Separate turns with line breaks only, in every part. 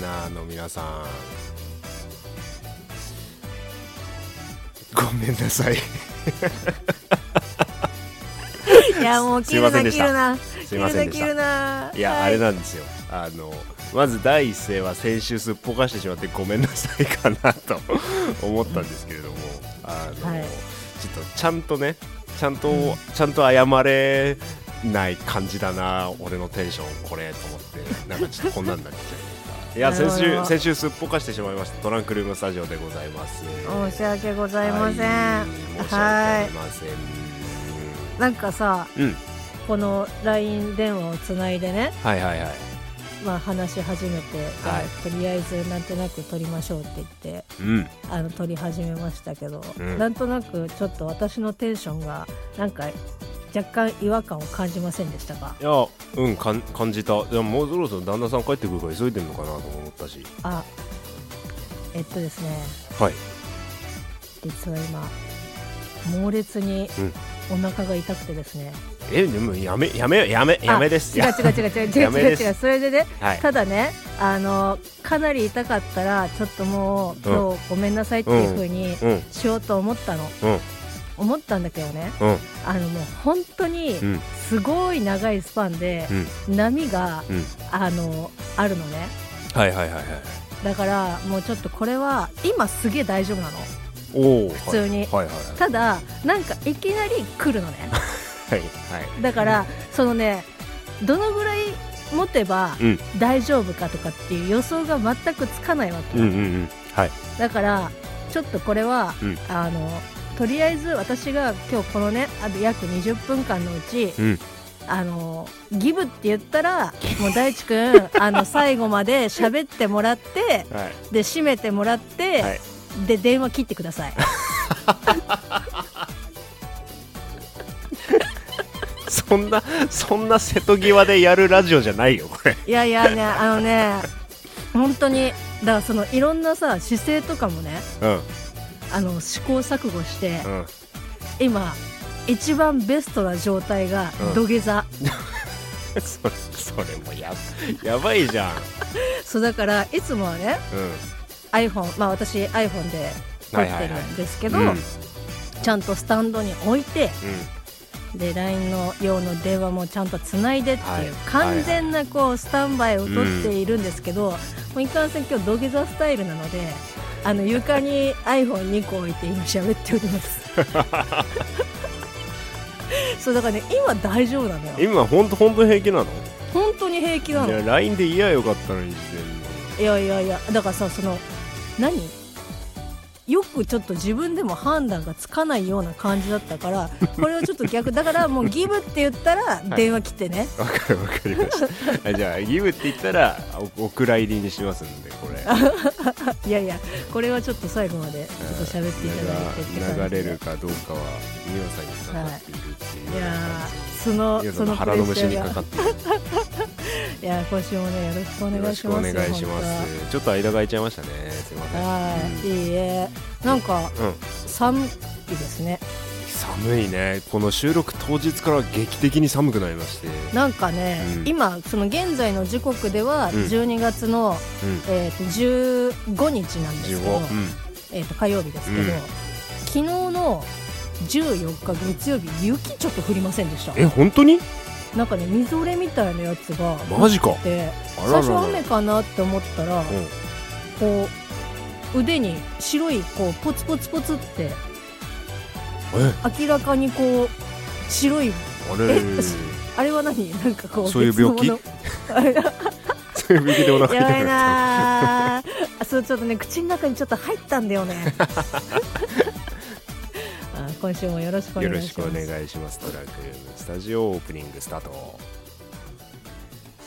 ナーの皆さんごめんなさい
いやもう切るな切るな
す
切
いま
る
せんで
な
し
切
た
るない
や、あれなんですよあのまず第一声は先週すっぽかしてしまってごめんなさいかなと 思ったんですけれどもあの、
はい
ちょっとちゃんとねちゃんと、ちゃんと謝れない感じだな俺のテンションこれと思ってなんかちょっとこんなんなっちゃいましたいや
なるほ
先
ど
週先週すっぽかしてしまいましたトランクルームスタジオでございます
申し訳ございません
はい申し訳あ
は
りません
いなんかさ
うん
この LINE 電話をつないでね
はいはいはい
まあ話し始めて、
はい
あのとりあえずなんとなく撮りましょうって言って
うん
あの撮り始めましたけど、
うん
なんとなくちょっと私のテンションがなんか若干違和感を感じませんでしたか
いやうんかん感じたでももうそろそろ旦那さん帰ってくるから急いでるのかなとも思ったし
あえっとですね
はい
実は今猛烈に
うん
お腹が痛くてですね、
えでもやめやめやめやめです
あ違
や
う違う違う違う違
や
う
め
違う
で
違
す
うそれでね
はい
ただねあのかなり痛かったらちょっともう今日ごめんなさいっていう風に
うん
しようと思ったの、
うん
思ったんだけどね
うん
あのもう本当に
うん
すごい長いスパンで
うん
波が、
うん
あのあるのね
はいはいはいはい
だからもうちょっとこれは今すげえ大丈夫なの
おお
普通に
はいはい
ただなんかいきなり来るのね
はいはい
だからそのねどのぐらい持てば
うん
大丈夫かとかっていう予想が全くつかないわけ、
うんうんうんはい
だからちょっとこれは、
うん
あのとりあえず私が今日このねあと約20分間のうち、
うん
あのギブって言ったらもう大 地君あの最後まで喋ってもらって
はい
で締めてもらって、
はい
で電話切ってください
そんなそんな瀬戸際でやるラジオじゃないよこれ
いやいやねあのね本当にだからそのいろんなさ姿勢とかもね
うん
あの試行錯誤して、
うん
今一番ベストな状態が
うん
土下座、
それそれもややばいじゃん
そうだからいつもはね
う
iPhone まあ私 iPhone で撮
はい
っ
は
て
いはい
るんですけ
ん
ど、
うんうん
ちゃんとスタンドに置いてで LINE の用の電話もちゃんとつないでっていう、
はい
完全なこうスタンバイを取っているんですけど、もういかんせん今日土下座スタイルなのであの床に iPhone2 個置いて今喋っております そうだからね今大丈夫なのよ
今本当本当平気なの
本当に平気ないの
や LINE で言えばよかったのに事前に
いやいやいやだからさその何よくちょっと自分でも判断がつかないような感じだったから これはちょっと逆だからもうギブって言ったら
い
電話切ってね、
わかるわかりました。あじゃあギブって言ったらおお蔵入りにしますんでこれ。
い、やいやこれはちょっと最後までちょっと喋っていただいてって
流
感じ
流
で
れるかどうかは美桜さんにかかっているっていう
いや
感
ー
じ。
その
美桜さ
そ
んの
のプ
腹
レ
の
ッ
虫
シャ
に
ー
か
が
かっている。
いや今週もねよろしくお願
よろ
い
し
し
くお
ま
願
す
いします。ちょっと間が空いちゃいましたね。すいません。
はい、いいえなんか
うん、うん
寒いですね
寒いね。この収録当日から劇的に寒くなりまして。
なんかね、
うん
今その現在の時刻では
うん
12月の、
うん。
えー、と15日なんです
十
け
五。
ど
うん、。
えー、と火曜日ですけど、
うん
昨日の14日月曜日雪ちょっと降りませんでした
え本当に？
なんかねみぞれみたいなやつが
マジか。
降って
あ
最
らら
初
ら。
雨かなって思ったら
うん。
こう腕に白いこうポツポツポツって
え
明らかにこう白い
あれ。
えあれは何なんかこう
そういう病 気
別のもの
そういう病気でお腹痛
やばい
くなっ
なーあそうちょっとね口の中にちょっと入ったんだよ ねあ今週もよろしくお
た。よ
願
ろ
い
し
し
くお
ます
願いします。トランクルームスタジオオープニングスタート。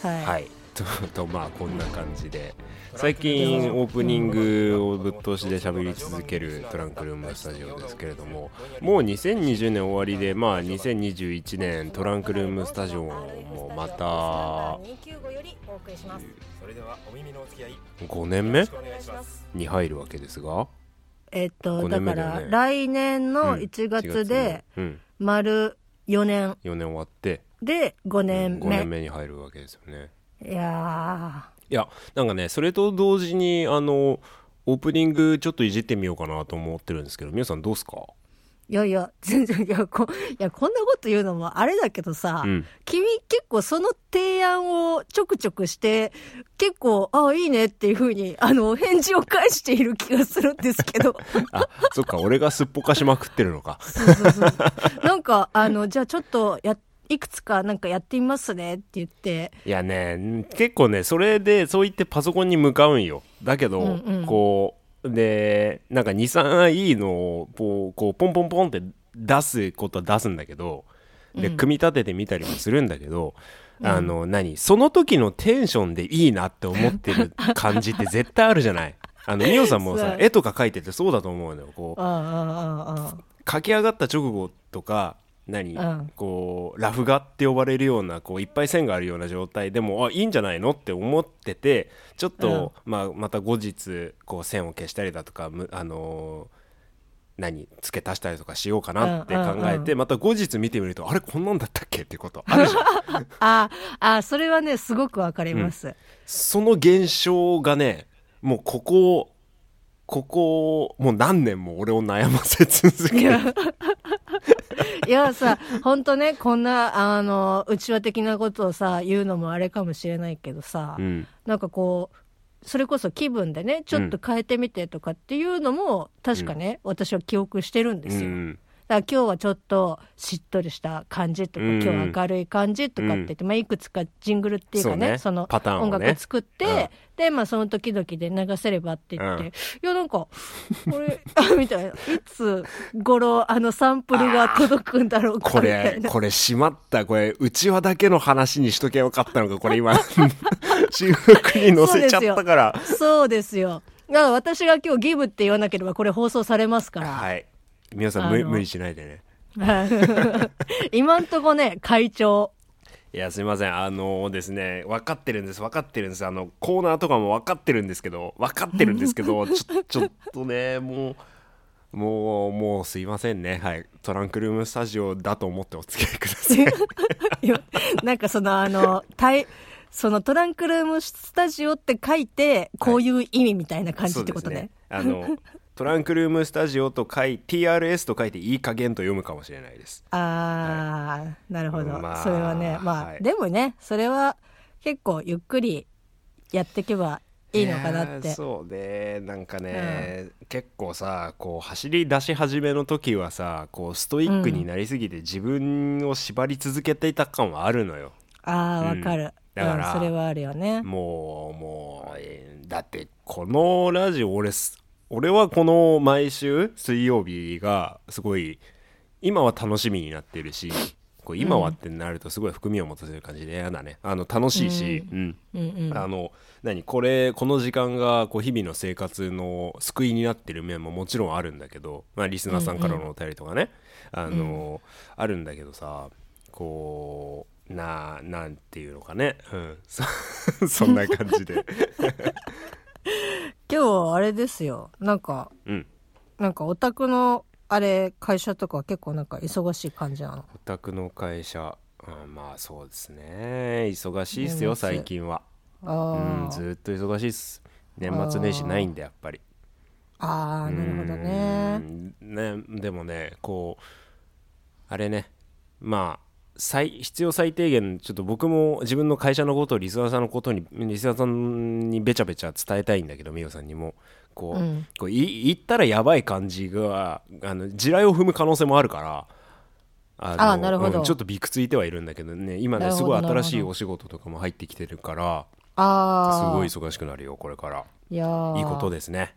はい、
はい、と とまあこんな感じで最近オープニングをぶっ通しで喋り続けるトランクルームスタジオですけれどももう2020年終わりでまあ2021年トランクルームスタジオもまた
それではお耳のお付き合いよ
5年目
ろしくお願いします
に入るわけですが
えっと、
5
だ
年
か
目だよね
ら来年の1月で
うんうん
丸4年
4年終わって
で5年
5
目
年目に入るわけですよね
いや
いやなんかねそれと同時にあのオープニングちょっといじってみようかなと思ってるんですけど皆さんどうっすか
いやいや、全然、いや、こ、いや、こんなこと言うのもあれだけどさ、
うん
君結構その提案をちょくちょくして、結構、あいいねっていうふうに、あの、返事を返している気がするんですけど。
あそっか俺がすっぽかしまくってるのか
そうそうそう。なんか、あの、じゃあちょっと、や、いくつかなんかやってみますねって言って、
いやね結構ねそれでそう言ってパソコンに向かうんよだけど、
うんうん
こうでなんか23いいのをこうこうポンポンポンって出すことは出すんだけどで
うん
組み立ててみたりもするんだけど、
うん
あの何その時のテンションでいいなって思ってる感じって絶対あるじゃない。あ のミオさんも
そう
さ絵とか描いててそうだと思うのよこう
ああ、ああ、ああ。
書き上がった直後とか何、
うん
こうラフ画って呼ばれるようなこういっぱい線があるような状態でもあいいんじゃないのって思っててちょっと、まあ、また後日こう線を消したりだとかむあのー何付け足したりとかしようかなって考えて、
うんうんう
また後日見てみるとあれこんなんだったっけってことある じゃん
ああ、あそれはね、すごくわかります。
その現象がねもうここここもう何年も俺を悩ませ続
い
ける
やいやさ、ほんとね、こんな、あの、内輪的なことをさ、言うのもあれかもしれないけどさ、
うん
なんかこう、それこそ気分でね、ちょっと変えてみてとかっていうのも、確かね、私は記憶してるんです
う
よ。
ん
だから今日はちょっとしっとりした感じとか、
うん
今日は明るい感じとかって言って、まあ、いくつかジングルっていう
そ
かね、
うね
その
パターンをね
音楽作って、
うん
で、まあ、その時々で流せればって言って、
うん
いや、なんか、これ、あみたいな、いつ頃、あのサンプルが届くんだろうか
こ
みたい
れ
な。
これしまったこれうちわだけの話にしときゃよかったのかこれ 今収録に載せちゃったから
そうですよ。だから私が今日ギブって言わなければ、これ放送されますから。
はい皆さん
あ
無
の
無理しないでね
今んとこね、会長。
いやすいませんあのですね分かってるんです分かってるんですあのコーナーとかも分かってるんですけど分かってるんですけ どちょちょっとねもうもうもうすいませんねはいトランクルームスタジオだと思ってお付き合いください
いやなんかそのあの、たい、そのトランクルームスタジオって書いて、こういう意味みたいな感じってことね。
そうですねあのトランクルームスタジオと書い TRS と書いていい加減と読むかもしれないです
あー、なるほど、
まあ
それはね、まあ、
はい
でもね、それは結構ゆっくりやっていけばいいのかなっ
やー
て。
そうねなんかね、結構さこう走り出し始めの時はさこうストイックになりすぎて自分を縛り続けていた感はあるのよ、
あー、
うん
わかる、うん
だから
それはあるよね。
もうもうえーだってこのラジオ俺す俺はこの毎週水曜日がすごい今は楽しみになってるしこう今はってなるとすごい含みを持たせる感じで嫌だねあの楽しいし、うん
うんうん。
あの何これこの時間がこう日々の生活の救いになってる面ももちろんあるんだけど、まあ、リスナーさんからのお便りとかね、あのあるんだけどさこうななんていうのかね、うん、そ そんな感じで、
今日あれですよ、なんか、
うん、
なんかオタクの、あれ、会社とか結構なんか忙しい感じなの。
お宅の会社、うん、まあそうですね忙しいっす
年末
よ最近は、う
あ
ん、
ー
ずーっと忙しいっす年末年始ないんでやっぱり。
あーなるほどね。
うーんねでもねこうあれねまあ最必要最低限ちょっと僕も自分の会社のことをリスナーさんのことにリスナーさんにべちゃべちゃ伝えたいんだけど美桜さんにもこう,、
うん
こうい言ったらやばい感じがあの地雷を踏む可能性もあるから。あの
あなるほど
うんちょっとびくついてはいるんだけどね今
な
ね
る
す
ほ
ご
ど
い新し
ないるほ
お仕事とかも入ってきてるから
ああ。
すごい忙しくなるよこれから
いやー
いいことですね、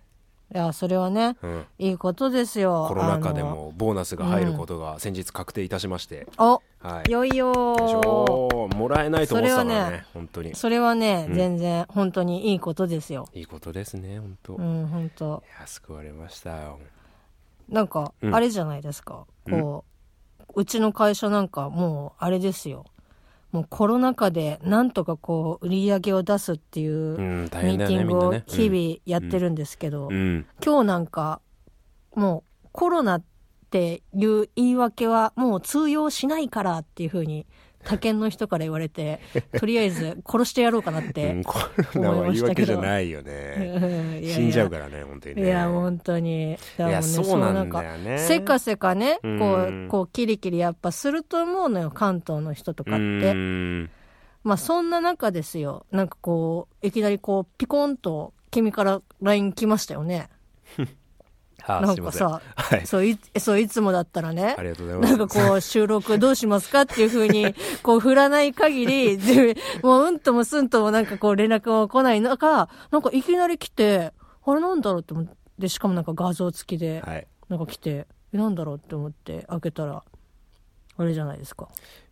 いや、それはね、
うん、
いいことですよ。
コロナ禍で
あの。
もボーナスが入ることが先日確定いたしまして、
お、
はいよ
よい
い
よ
し
ー
ょもらえないと思ってたから
それは
ね
ね
本当に
それはね、
うん
全然、本当にいいことですよ。
いいことですね本当、
う
い
ん、本当。
や救われましたよ
なんか、
うん
あれじゃないですか。
うん
こう、うちの会社なんかもう、あれですよ。もうコロナ禍で、なんとかこう、売り上げを出すっていうう、
ん大変
ミー
だ
テ
よね
ィ
み
ング
んな
を
ね
日々やってるんですけど、
うん、うん
今日なんかもうコロナっていう言い訳はもう通用しないからっていうふうに他県の人から言わ れてとりあえず殺してやろうかなっ
う
て
ん、、コロナは言い訳じゃないよ
うん
ね。
いやいや
死んじゃうからね、本当に
い
ね。
や本当にだからも
い
ね
やそうなんだよね。
せかせかね、
うん
こう、こう、キリキリやっぱすると思うのよ、関東の人とかっ
う
て。
ん
まあ、そんな中ですよ。なんかこう、いきなりこう、ピコンと、君から LINE 来ましたよね。
は
な
あ、す
ん
い
か
ません。
さ、
はい。
そうい、そう、いつもだったらね
あ。りがとうございます。
なんかこう、収録どうしますかっていうふ うに、こう、振らない限り、でもう、うんともすんともなんかこう、連絡も来ない中、なんかいきなり来て、あれなんだろうって思って、しかもなんか画像付きで。
はい。
なんか来て、えなんだろうって思って開けたら、あれじゃな いですか。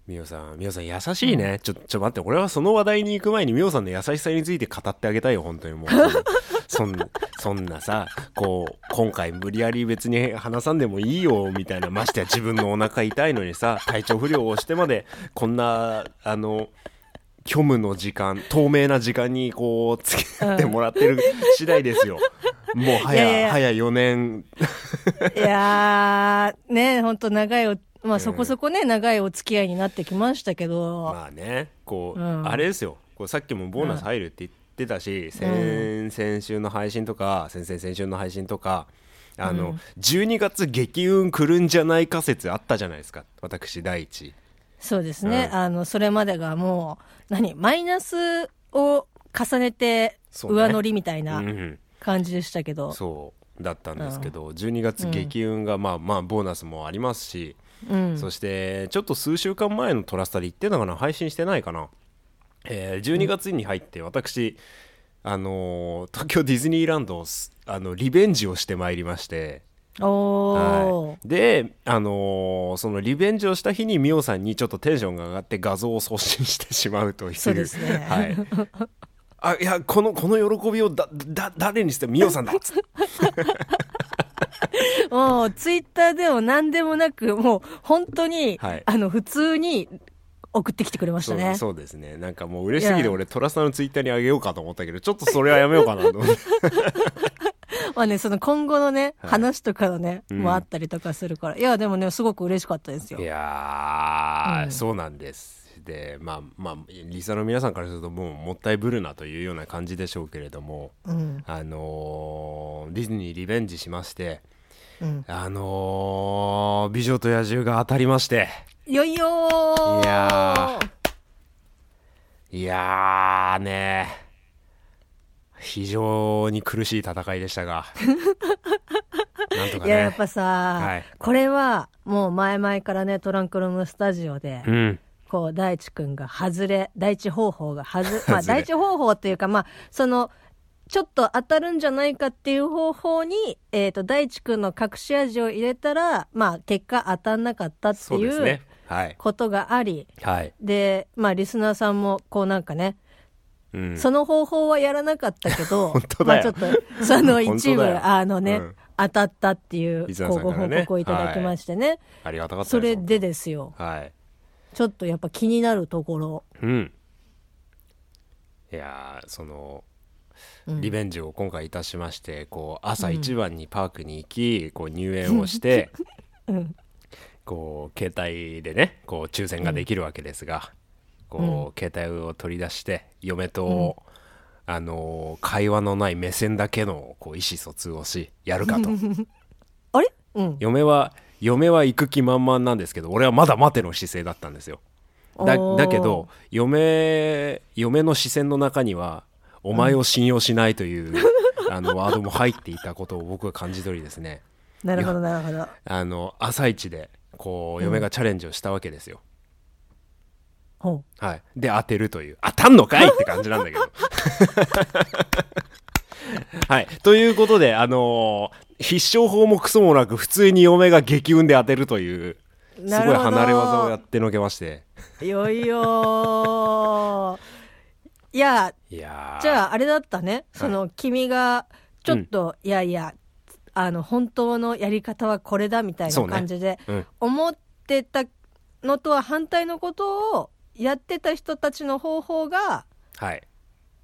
みおさん、みおさん優しいね。ちょ、ちょ待って、俺はその話題に行く前にみおさんの優しさについて語ってあげたいよ、本当に もう。そんそんなさ、こう、今回無理やり別に話さんでもいいよ、みたいな、ましてや自分のお腹痛いのにさ、体調不良をしてまで、こんな、あの、虚無の時間、透明な時間にこう、付き合ってもらってる次第ですよ。もう早、
いやいやいや
早4年。
いやー、ね、ほんと長いお、まあそこそこね、長いお付き合いになってきましたけど、
まあねこう、
うん
あれですよこうさっきもボーナス入るって言ってたし、先先週の配信とか先々先週の配信とかあの、12月激運来るんじゃないか説あったじゃないですか私第一
そうですね、
うん
あの、それまでがもう、何、マイナスを重ねて、
そうね、
上乗りみたいうなん感じでしたけど、
そうだったんですけど、12月激運が、まあまあボーナスもありますし、
うん。
そしてちょっと数週間前の「トラスタ」で言ってたかな配信してないかな、えー12月に入って私、あのー東京ディズニーランドをすあのリベンジをしてまいりまして、
おー、
はい、で、あのーそのリベンジをした日にミオさんにちょっとテンションが上がって画像を送信してしまうという
そうですね
はいあいやこのこの喜びをだだ誰にしてミオさんだっつって
もう、ツイッターでも何でもなく、もう、本当に、
はい
あの、普通に送ってきてくれまし
そ
た
う
ね。
そうですねなんかもう嬉しすぎ
い
て
や
俺トラスタのツイッターにあげようかと思ったけどちょっとそれはやめようかなと思って
まあね、その今後のね、
はい
話とかのね、
うん
もあったりとかするから。いや、でもね、すごく嬉しかったですよ
い。やー、
うん
そうなんです。でまあまあリサの皆さんからするともうもったいぶるなというような感じでしょうけれども、
うん。
あのーディズニーリベンジしまして
うん。
あのー美女と野獣」が当たりまして
よいよー
いやいやーね非常に苦しい戦いでした がなんとか
いや、やっ
ね
ぱさ、
い
これは、もう前々からね、トランクルームスタジオで、
うん
こう、大地くんが外れ、大地方法が外れ、ま
外
あ、
れ
大地方法っていうか、まあ、その、ちょっと当たるんじゃないかっていう方法に、えっ、と、大地くんの隠し味を入れたら、まあ、結果当たんなかったって
そう
い
です
う
ねはい
ことがあり、
はい、
で、まあ、リスナーさんも、こうなんかね、
うん、
その方法はやらなかったけど、
本当だよ
まあちょっと、その
本
一
当
部
だ、よ
あのね、
うん
当たったっていう、
リスナー
こ
さ
うんご
から
報
ね
告をいただきましてね。
ありがたかったです
それでですよ、
はい
ちょっとやっぱ気になるところ。
うん。いやーその
うん
リベンジを今回いたしまして、こう朝一番にパークに行き、こう入園をして、
うん
こう携帯でねこう抽選ができるわけですが、こう携帯を取り出して嫁と、あのー会話のない目線だけのこう意思疎通をしやるか と
あれうん。
嫁は嫁は行く気満々なんですけど俺はまだ待ての姿勢だったんですよ。だ
おー
だけど嫁嫁の視線の中には「お前を信用しない」というあのワードも入っていたことを僕は感じ取りですね
なるほど、なるほど。
あの朝一でこう嫁がチャレンジをしたわけですよ、
ほう
はい、で当てるという当たんのかいって感じなんだけど はいということであのー必勝法もクソもなく普通に嫁が激運で当てるというすごい
なるほど
離れ技をやってのけまして
よいよー。いや、
いやー
じゃああれだったね、その君がちょっと、いやいやあの本当のやり方はこれだみたい
そう
な
ね
感じで
うん
思ってたのとは反対のことをやってた人たちの方法が
はい。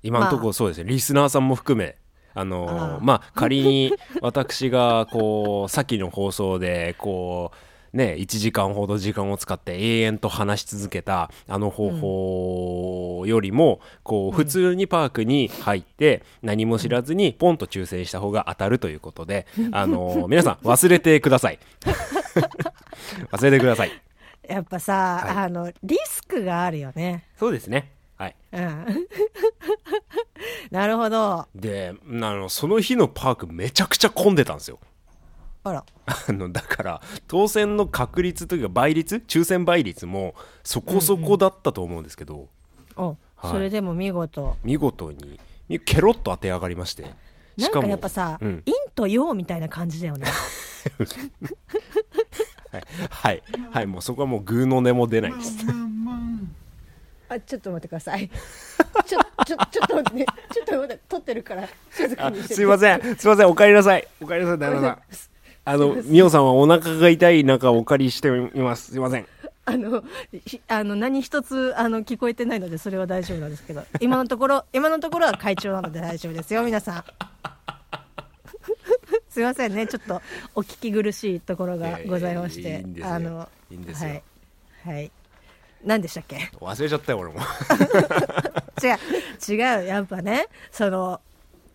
今のところそうですね、リスナーさんも含め、あのー
あー
まあ仮に私がこう、さっきの放送で、こう、ね、1時間ほど時間を使って永遠と話し続けたあの方法よりも、こう普通にパークに入って何も知らずにポンと抽選した方が当たるということで、あの皆さん忘れてください 忘れてください
やっぱさ、
はい
あの、リスクがあるよね。
そうですねはい
うん。 なるほど。
であのその日のパークめちゃくちゃ混んでたんですよ
あら。
あのだから当選の確率というか倍率抽選倍率もそこそこだったと思うんですけど、
お、
はい
それでも見事。
見事にみケロッと当て上がりまして
なんかやっぱさ、
うん
陰と陽みたいな感じだよね。
はい、はいはいもうそこはもうグーの音も出ないです
あ、ちょっと待ってください。 ちょ、ちょ、ちょっと待って、ちょっと待って、撮ってるから、静か
あ
にしてて
すいませんすいませんお帰りなさいお帰りなさい旦那さんあの美桜さんはお腹が痛い中お借りしていますすいません
あの、ひあの、何一つ、あの、聞こえてないので、それは大丈夫なんですけど、今のところ、今のところは会長なので大丈夫ですよ、皆さん。 すいませんね、ちょっと、お聞き苦しいところがございまし
いやいや
て
いいんで、すよ
あの、
いいんですよ
はい。はい。何でしたっけ
忘れちゃったよ俺も
違う、違う、やっぱね、その、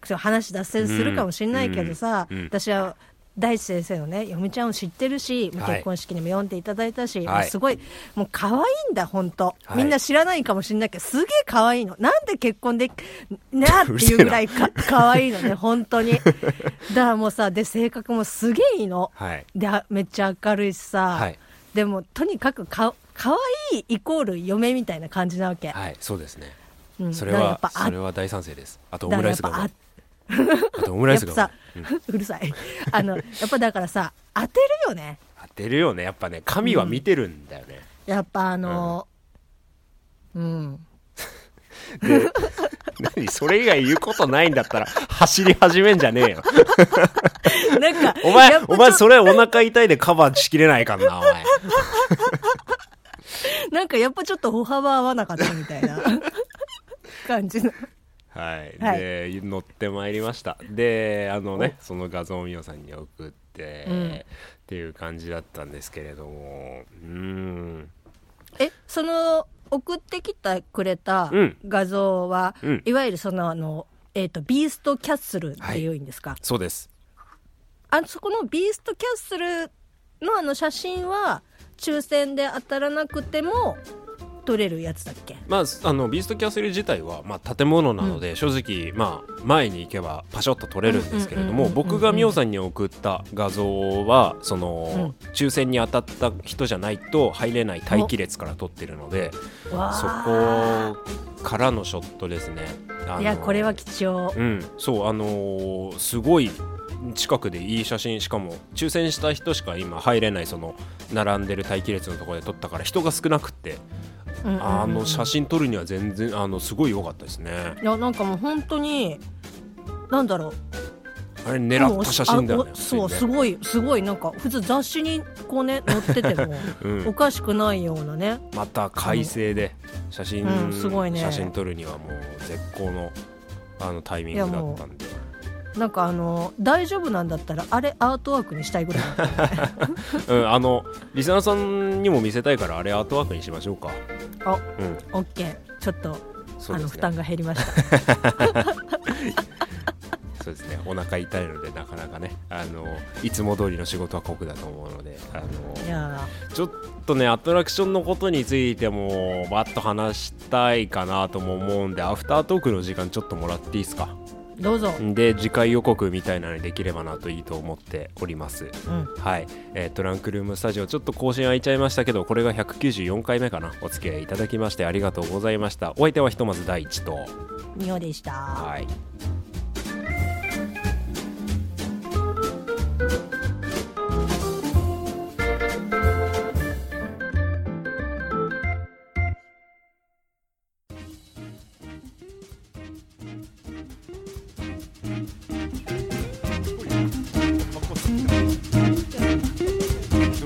そう話脱線するかもしれないけどさ、
うんうん
私は、大地先生のね、嫁ちゃんを知ってるし、
はい
結婚式にも読んでいただいたし、
はい
もうすごい、もう可愛いんだ、本当、
はい
みんな知らないかもしれないけど、すげえ可愛い の。なんで結婚でき、なっていうぐらいか可愛いの ね、本当に。だからもうさ、で、性格もすげえいいの。
はい
で、あめっちゃ明るいしさ。
はい
でも、とにかくか、可愛いイコール嫁みたいな感じなわけ。
はいそうですね、
うん
それ
だからやっ
は
ぱあ
それは大賛成ですあとオ
だ
ム
から
ラ
や
イスがうま
っぱあ
い、あとオムライ
やっ
スがう
ぱ
まい
さ、 うるさい。あの、やっぱだからさ、当てるよね。
当てるよねやっぱね神は見てるんだよね、
やっぱあの、うん
何それ以外言うことないんだったら走り始めんじゃね えよ
なんか、
お前
やっぱちょ
お前それお腹痛いでカバーしきれないかんなお前
なんかやっぱちょっと歩幅合わなかったみたいな 感じの。
はい、
はい
で乗ってまいりましたであのねその画像を美桜さんに送って、
うん
っていう感じだったんですけれどもうーん
え、その、送ってきたくれた
うん
画像は、
うん
いわゆるその、あの、えっ、と、ビーストキャッスルっていうんですか。
そうです
あそこのビーストキャッスルのあの写真は、抽選で当たらなくても、撮れるやつだっけ
まあすあのビーストキャッスル自体は、まあ、建物なので、正直、まあ、前に行けばパシャッと撮れるんですけれど
う
も
んうんうんうん
僕がミオさんに送った画像はその、抽選に当たった人じゃないと入れない待機列から撮ってるので
わ
そ
あ。
こからのショットですね。あの
いや、これは貴重。
うん、そうあのーすごい近くでいい写真しかも抽選した人しか今入れないその並んでる待機列のところで撮ったから人が少なくって
うんうんうん
あの写真撮るには全然あのすごい良かったですね
いや、なんかもう本当に、なんだろう。
あれ狙った写真だよ
あ
ね
おそう
普
す
通にね
ごいすごいなんか普通雑誌にこうね載ってて も
うん
おかしくないようなね
また快晴で写真、
うんすごいね
写真撮るにはもう絶好のあのタイミングだったんで
なんかあの大丈夫なんだったらあれアートワークにしたいぐらい
うんあのリスナーさんにも見せたいからあれアートワークにしましょうか
あ
うん
オッケーちょっと、
そ
あ
うで
の
す
負
ね
担が減りました
そうですね、お腹痛いので、なかなかね、あのいつも通りの仕事は酷だと思うので、あ
い
の
や
ちょっとね、アトラクションのことについても、ばっと話したいかなとも思うんで、アフタートークの時間、ちょっともらっていいですか。
ーどうぞ、
で、次回予告みたいなのにできればなといいと思っております。
うん、
はい、えートランクルームスタジオちょっと更新空いちゃいましたけどこれが194回目かなお付き合いいただきましてありがとうございましたお相手はひとまず第一と
みおでした
はい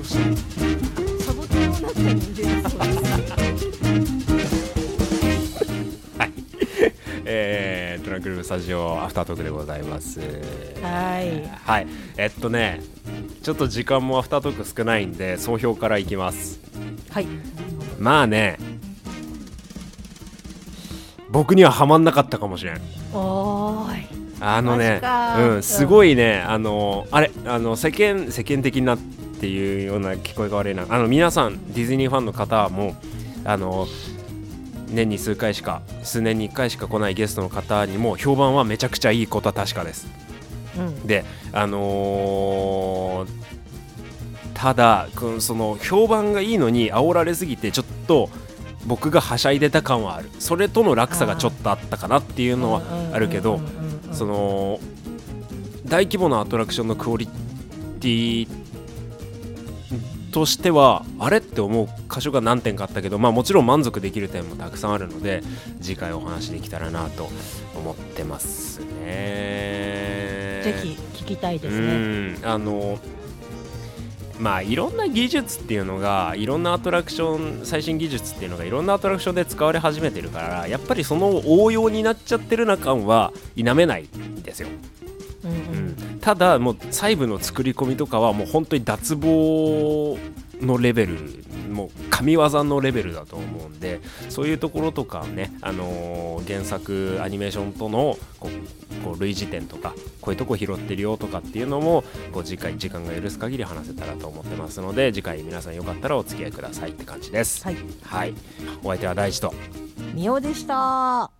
サボテンを中に入れるそうです
えー、トランクルームスタジオアフタートークでございます。
はい
はい、えっとね、ちょっと時間もアフタートーク少ないんで総評からいきます
はい
まあね僕にはハマんなかったかもしれん
おーい
あのね
マジか
うん、すごいねあのあれあの世間世間的になっていうような聞こえが悪いなあの皆さんディズニーファンの方もあの年に数回しか数年に1回しか来ないゲストの方にも評判はめちゃくちゃいいことは確かです
うん
であのーただこのその評判がいいのに煽られすぎてちょっと僕がはしゃいでた感はあるそれとの落差がちょっとあったかなっていうのはあるけど、
うんうんうんうんうん
その大規模なアトラクションのクオリティとしてはあれって思う箇所が何点かあったけど、まあ、もちろん満足できる点もたくさんあるので次回お話しできたらなと思ってますね。
ぜひ聞きたいです
う
ね
んあのまあいろんな技術っていうのがいろんなアトラクション最新技術っていうのがいろんなアトラクションで使われ始めてるからやっぱりその応用になっちゃってるな感は否めないんですよ、
うんうん
ただもう細部の作り込みとかはもう本当に脱帽のレベルもう神業のレベルだと思うんでそういうところとかね、あのー原作アニメーションとのこうこう類似点とかこういうとこ拾ってるよとかっていうのもこう次回時間が許す限り話せたらと思ってますので次回皆さんよかったらお付き合いくださいって感じです。
はい
はい、お相手は大地と
みおでした